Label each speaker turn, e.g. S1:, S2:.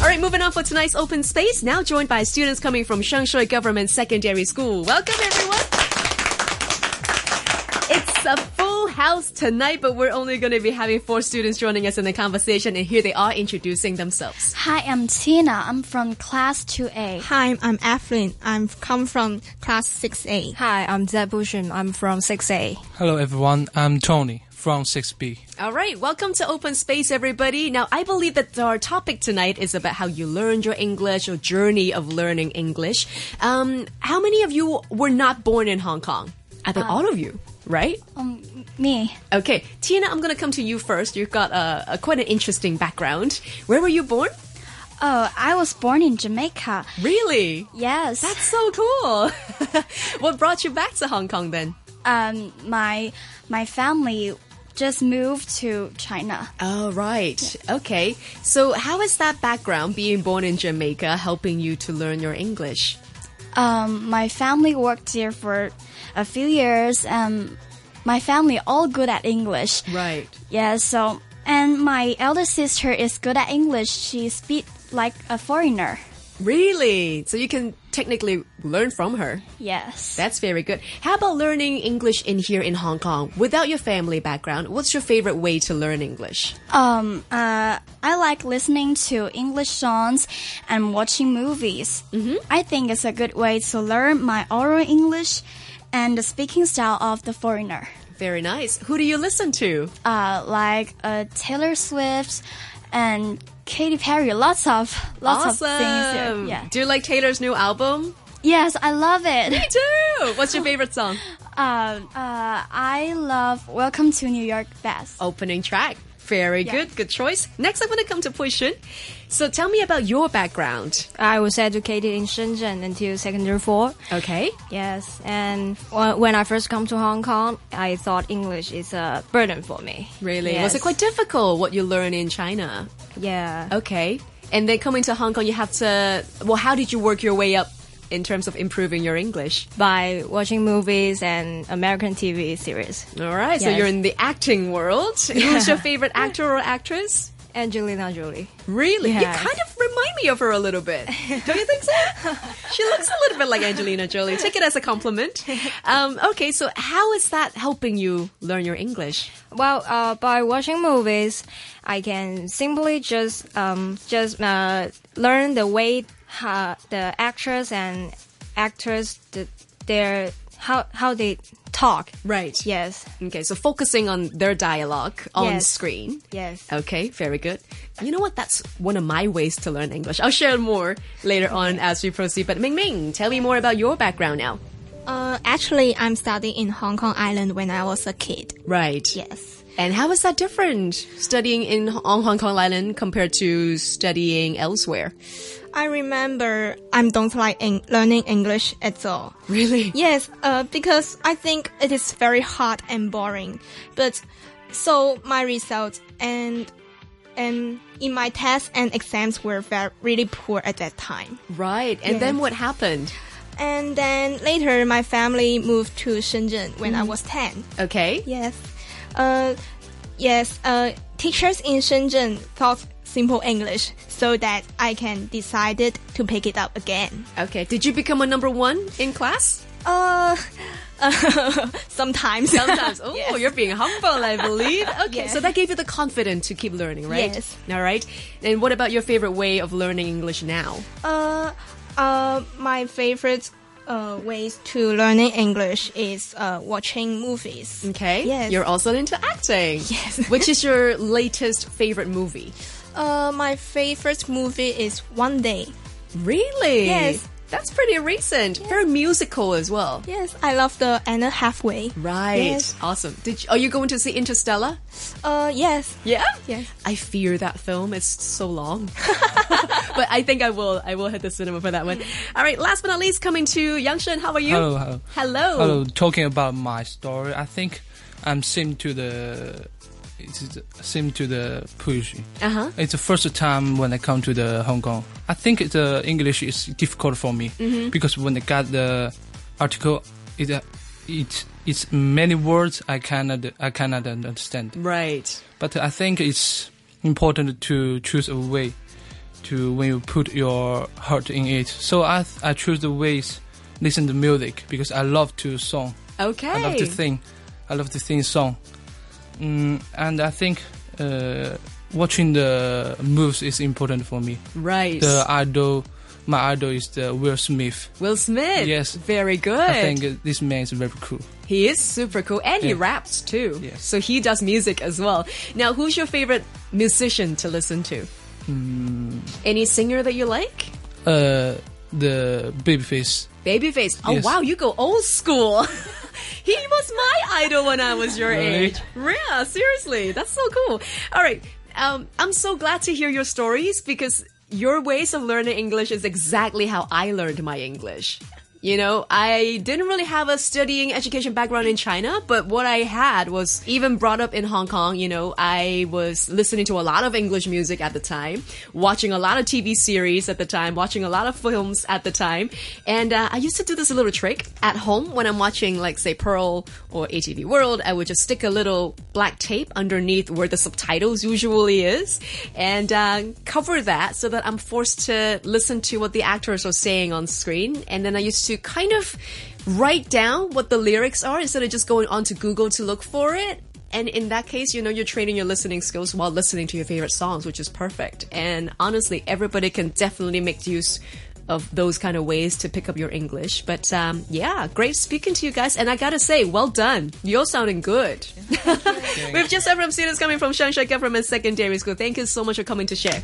S1: right, moving on for tonight's open space. Now joined by students coming from Shangshui Government Secondary School. Welcome, everyone. It's a full house tonight, but we're only going to be having four students joining us in the conversation, and here they are introducing themselves.
S2: Hi, I'm Tina. I'm from class 2A.
S3: Hi, I'm Evelyn. I'm come from class 6A.
S4: Hi, I'm Zebushin. I'm from 6A.
S5: Hello, everyone. I'm Tony from 6B.
S1: All right, welcome to Open Space, everybody. Now, I believe that our topic tonight is about how you learned your English, your journey of learning English. Um, how many of you were not born in Hong Kong? I think all of you, right?
S2: Um, me.
S1: Okay, Tina, I'm going to come to you first. You've got uh, a, a quite an interesting background. Where were you born?
S2: Oh, I was born in Jamaica.
S1: Really?
S2: Yes.
S1: That's so cool. what brought you back to Hong Kong then?
S2: um, my my family just moved to China.
S1: Oh, right. Okay. So, how is that background, being born in Jamaica, helping you to learn your English?
S2: Um, my family worked here for a few years, and my family all good at English.
S1: Right.
S2: Yeah. So, and my elder sister is good at English. She speaks like a foreigner.
S1: Really? So, you can technically learn from her.
S2: Yes.
S1: That's very good. How about learning English in here in Hong Kong without your family background? What's your favorite way to learn English?
S2: Um, uh, I like listening to English songs and watching movies. Mm-hmm. I think it's a good way to learn my oral English and the speaking style of the foreigner.
S1: Very nice. Who do you listen to?
S2: Uh, like uh, Taylor Swift and Katy Perry. Lots of lots of things. Here. Yeah.
S1: Do you like Taylor's new album?
S2: Yes, I love
S1: I
S2: it.
S1: do. What's your favorite song?
S2: Um, uh, I love Welcome to New York best.
S1: Opening track. Very good. Good choice. Next, I'm going to come to Pui Shun. So tell me about your background.
S4: I was educated in Shenzhen until secondary four.
S1: Okay.
S4: Yes, and wh- when I first come to Hong Kong, I thought English is a burden for me.
S1: Really?
S4: Yes.
S1: Was it quite Oh. difficult what you learn in China?
S4: Yeah.
S1: Okay. And then coming to Hong Kong, you have to. Well, how did you work your way up in terms of improving your English?
S4: By watching movies and American TV series.
S1: All right. So
S4: Yes.
S1: you're in the acting world. Who's your favorite actor or actress?
S4: Angelina Jolie.
S1: Really?
S4: Yes.
S1: You kind of remind me of her a little bit. Don't you think so? she looks a little bit like Angelina Jolie. Take it as a compliment. Um, okay. So how is that helping you learn your English?
S4: Well, uh, by watching movies, I can simply just um, just uh, learn the way uh, the actors and actors the, their how how they talk.
S1: Right.
S4: Yes.
S1: Okay. So focusing on their dialogue on
S4: Yes.
S1: screen.
S4: Yes.
S1: Okay, very good. You know what? That's one of my ways to learn English. I'll share more later on as we proceed. But Ming Ming, tell me more about your background now.
S3: Uh, actually, I'm studying in Hong Kong Island when I was a kid.
S1: Right.
S3: Yes.
S1: And how is that different studying in on Hong Kong Island compared to studying elsewhere?
S3: I remember I don't like en- learning English at all.
S1: Really?
S3: Yes, uh, because I think it is very hard and boring. But so my results and and in my tests and exams were very, really poor at that time.
S1: Right. And then what happened?
S3: And then later, my family moved to Shenzhen when I was ten.
S1: Okay.
S3: Yes. Uh, yes, uh, teachers in Shenzhen taught simple English so that I can decided to pick it up again.
S1: Okay. Did you become a number one in class?
S3: Uh, sometimes.
S1: Sometimes. Oh, you're being humble, I believe. Okay.
S3: Yeah.
S1: So that gave you the confidence to keep learning, right?
S3: Yes.
S1: All right. And what about your favorite way of learning English now?
S3: Uh, uh, my favorite uh, ways to learning English is uh, watching movies.
S1: Okay.
S3: Yes.
S1: You're also into acting.
S3: Yes.
S1: Which is your latest favorite movie?
S3: Uh, my favorite movie is One Day.
S1: Really?
S3: Yes.
S1: That's pretty recent. Very musical as well.
S3: Yes, I love the Anna Halfway.
S1: Right.
S3: Yes.
S1: Awesome. Did you, are you going to see Interstellar?
S3: Uh, yes.
S1: Yeah.
S3: Yes.
S1: I fear that film. It's so long. but I think I will. I will hit the cinema for that one. All right. Last but not least, coming to Yangshen. How are you? Oh.
S5: Hello, hello.
S1: Hello.
S5: Hello, talking about my story, I think I'm sim to the it's sim to the push.
S1: Uh-huh.
S5: It's the first time when I come to the Hong Kong. I think the English is difficult for me because when I got the article, it uh, it it's many words I cannot I cannot understand.
S1: Right.
S5: But I think it's important to choose a way to when you put your heart in it. So I th- I choose the ways listen to music because I love to song.
S1: Okay.
S5: I love to sing. I love to sing song. Mm, and I think uh, watching the moves is important for me.
S1: Right.
S5: The idol, my idol is the Will Smith.
S1: Will Smith.
S5: Yes.
S1: Very good.
S5: I think uh, this man is very cool.
S1: He is super cool and he
S5: Yeah.
S1: raps too.
S5: Yes.
S1: So he does music as well. Now, who's your favorite musician to listen to?
S5: Hmm.
S1: Any singer that you like?
S5: Uh, the babyface.
S1: Babyface. Oh
S5: Yes.
S1: wow, you go old school. he was my idol when I was your
S5: Really?
S1: age. Yeah, seriously, that's so cool. All right, um, I'm so glad to hear your stories because your ways of learning English is exactly how I learned my English. You know, I didn't really have a studying education background in China, but what I had was even brought up in Hong Kong, you know, I was listening to a lot of English music at the time, watching a lot of TV series at the time, watching a lot of films at the time. And uh, I used to do this little trick at home when I'm watching, like, say, Pearl or ATV World. I would just stick a little black tape underneath where the subtitles usually is and uh, cover that so that I'm forced to listen to what the actors are saying on screen. And then I used to kind of write down what the lyrics are instead of just going onto Google to look for it. And in that case, you know, you're training your listening skills while listening to your favorite songs, which is perfect. And honestly, everybody can definitely make use of those kind of ways to pick up your English. But um, yeah, great speaking to you guys. And I gotta say, well done. You're sounding good. We've just heard from students coming from Shangsha Government Secondary School. Thank you so much for coming to share.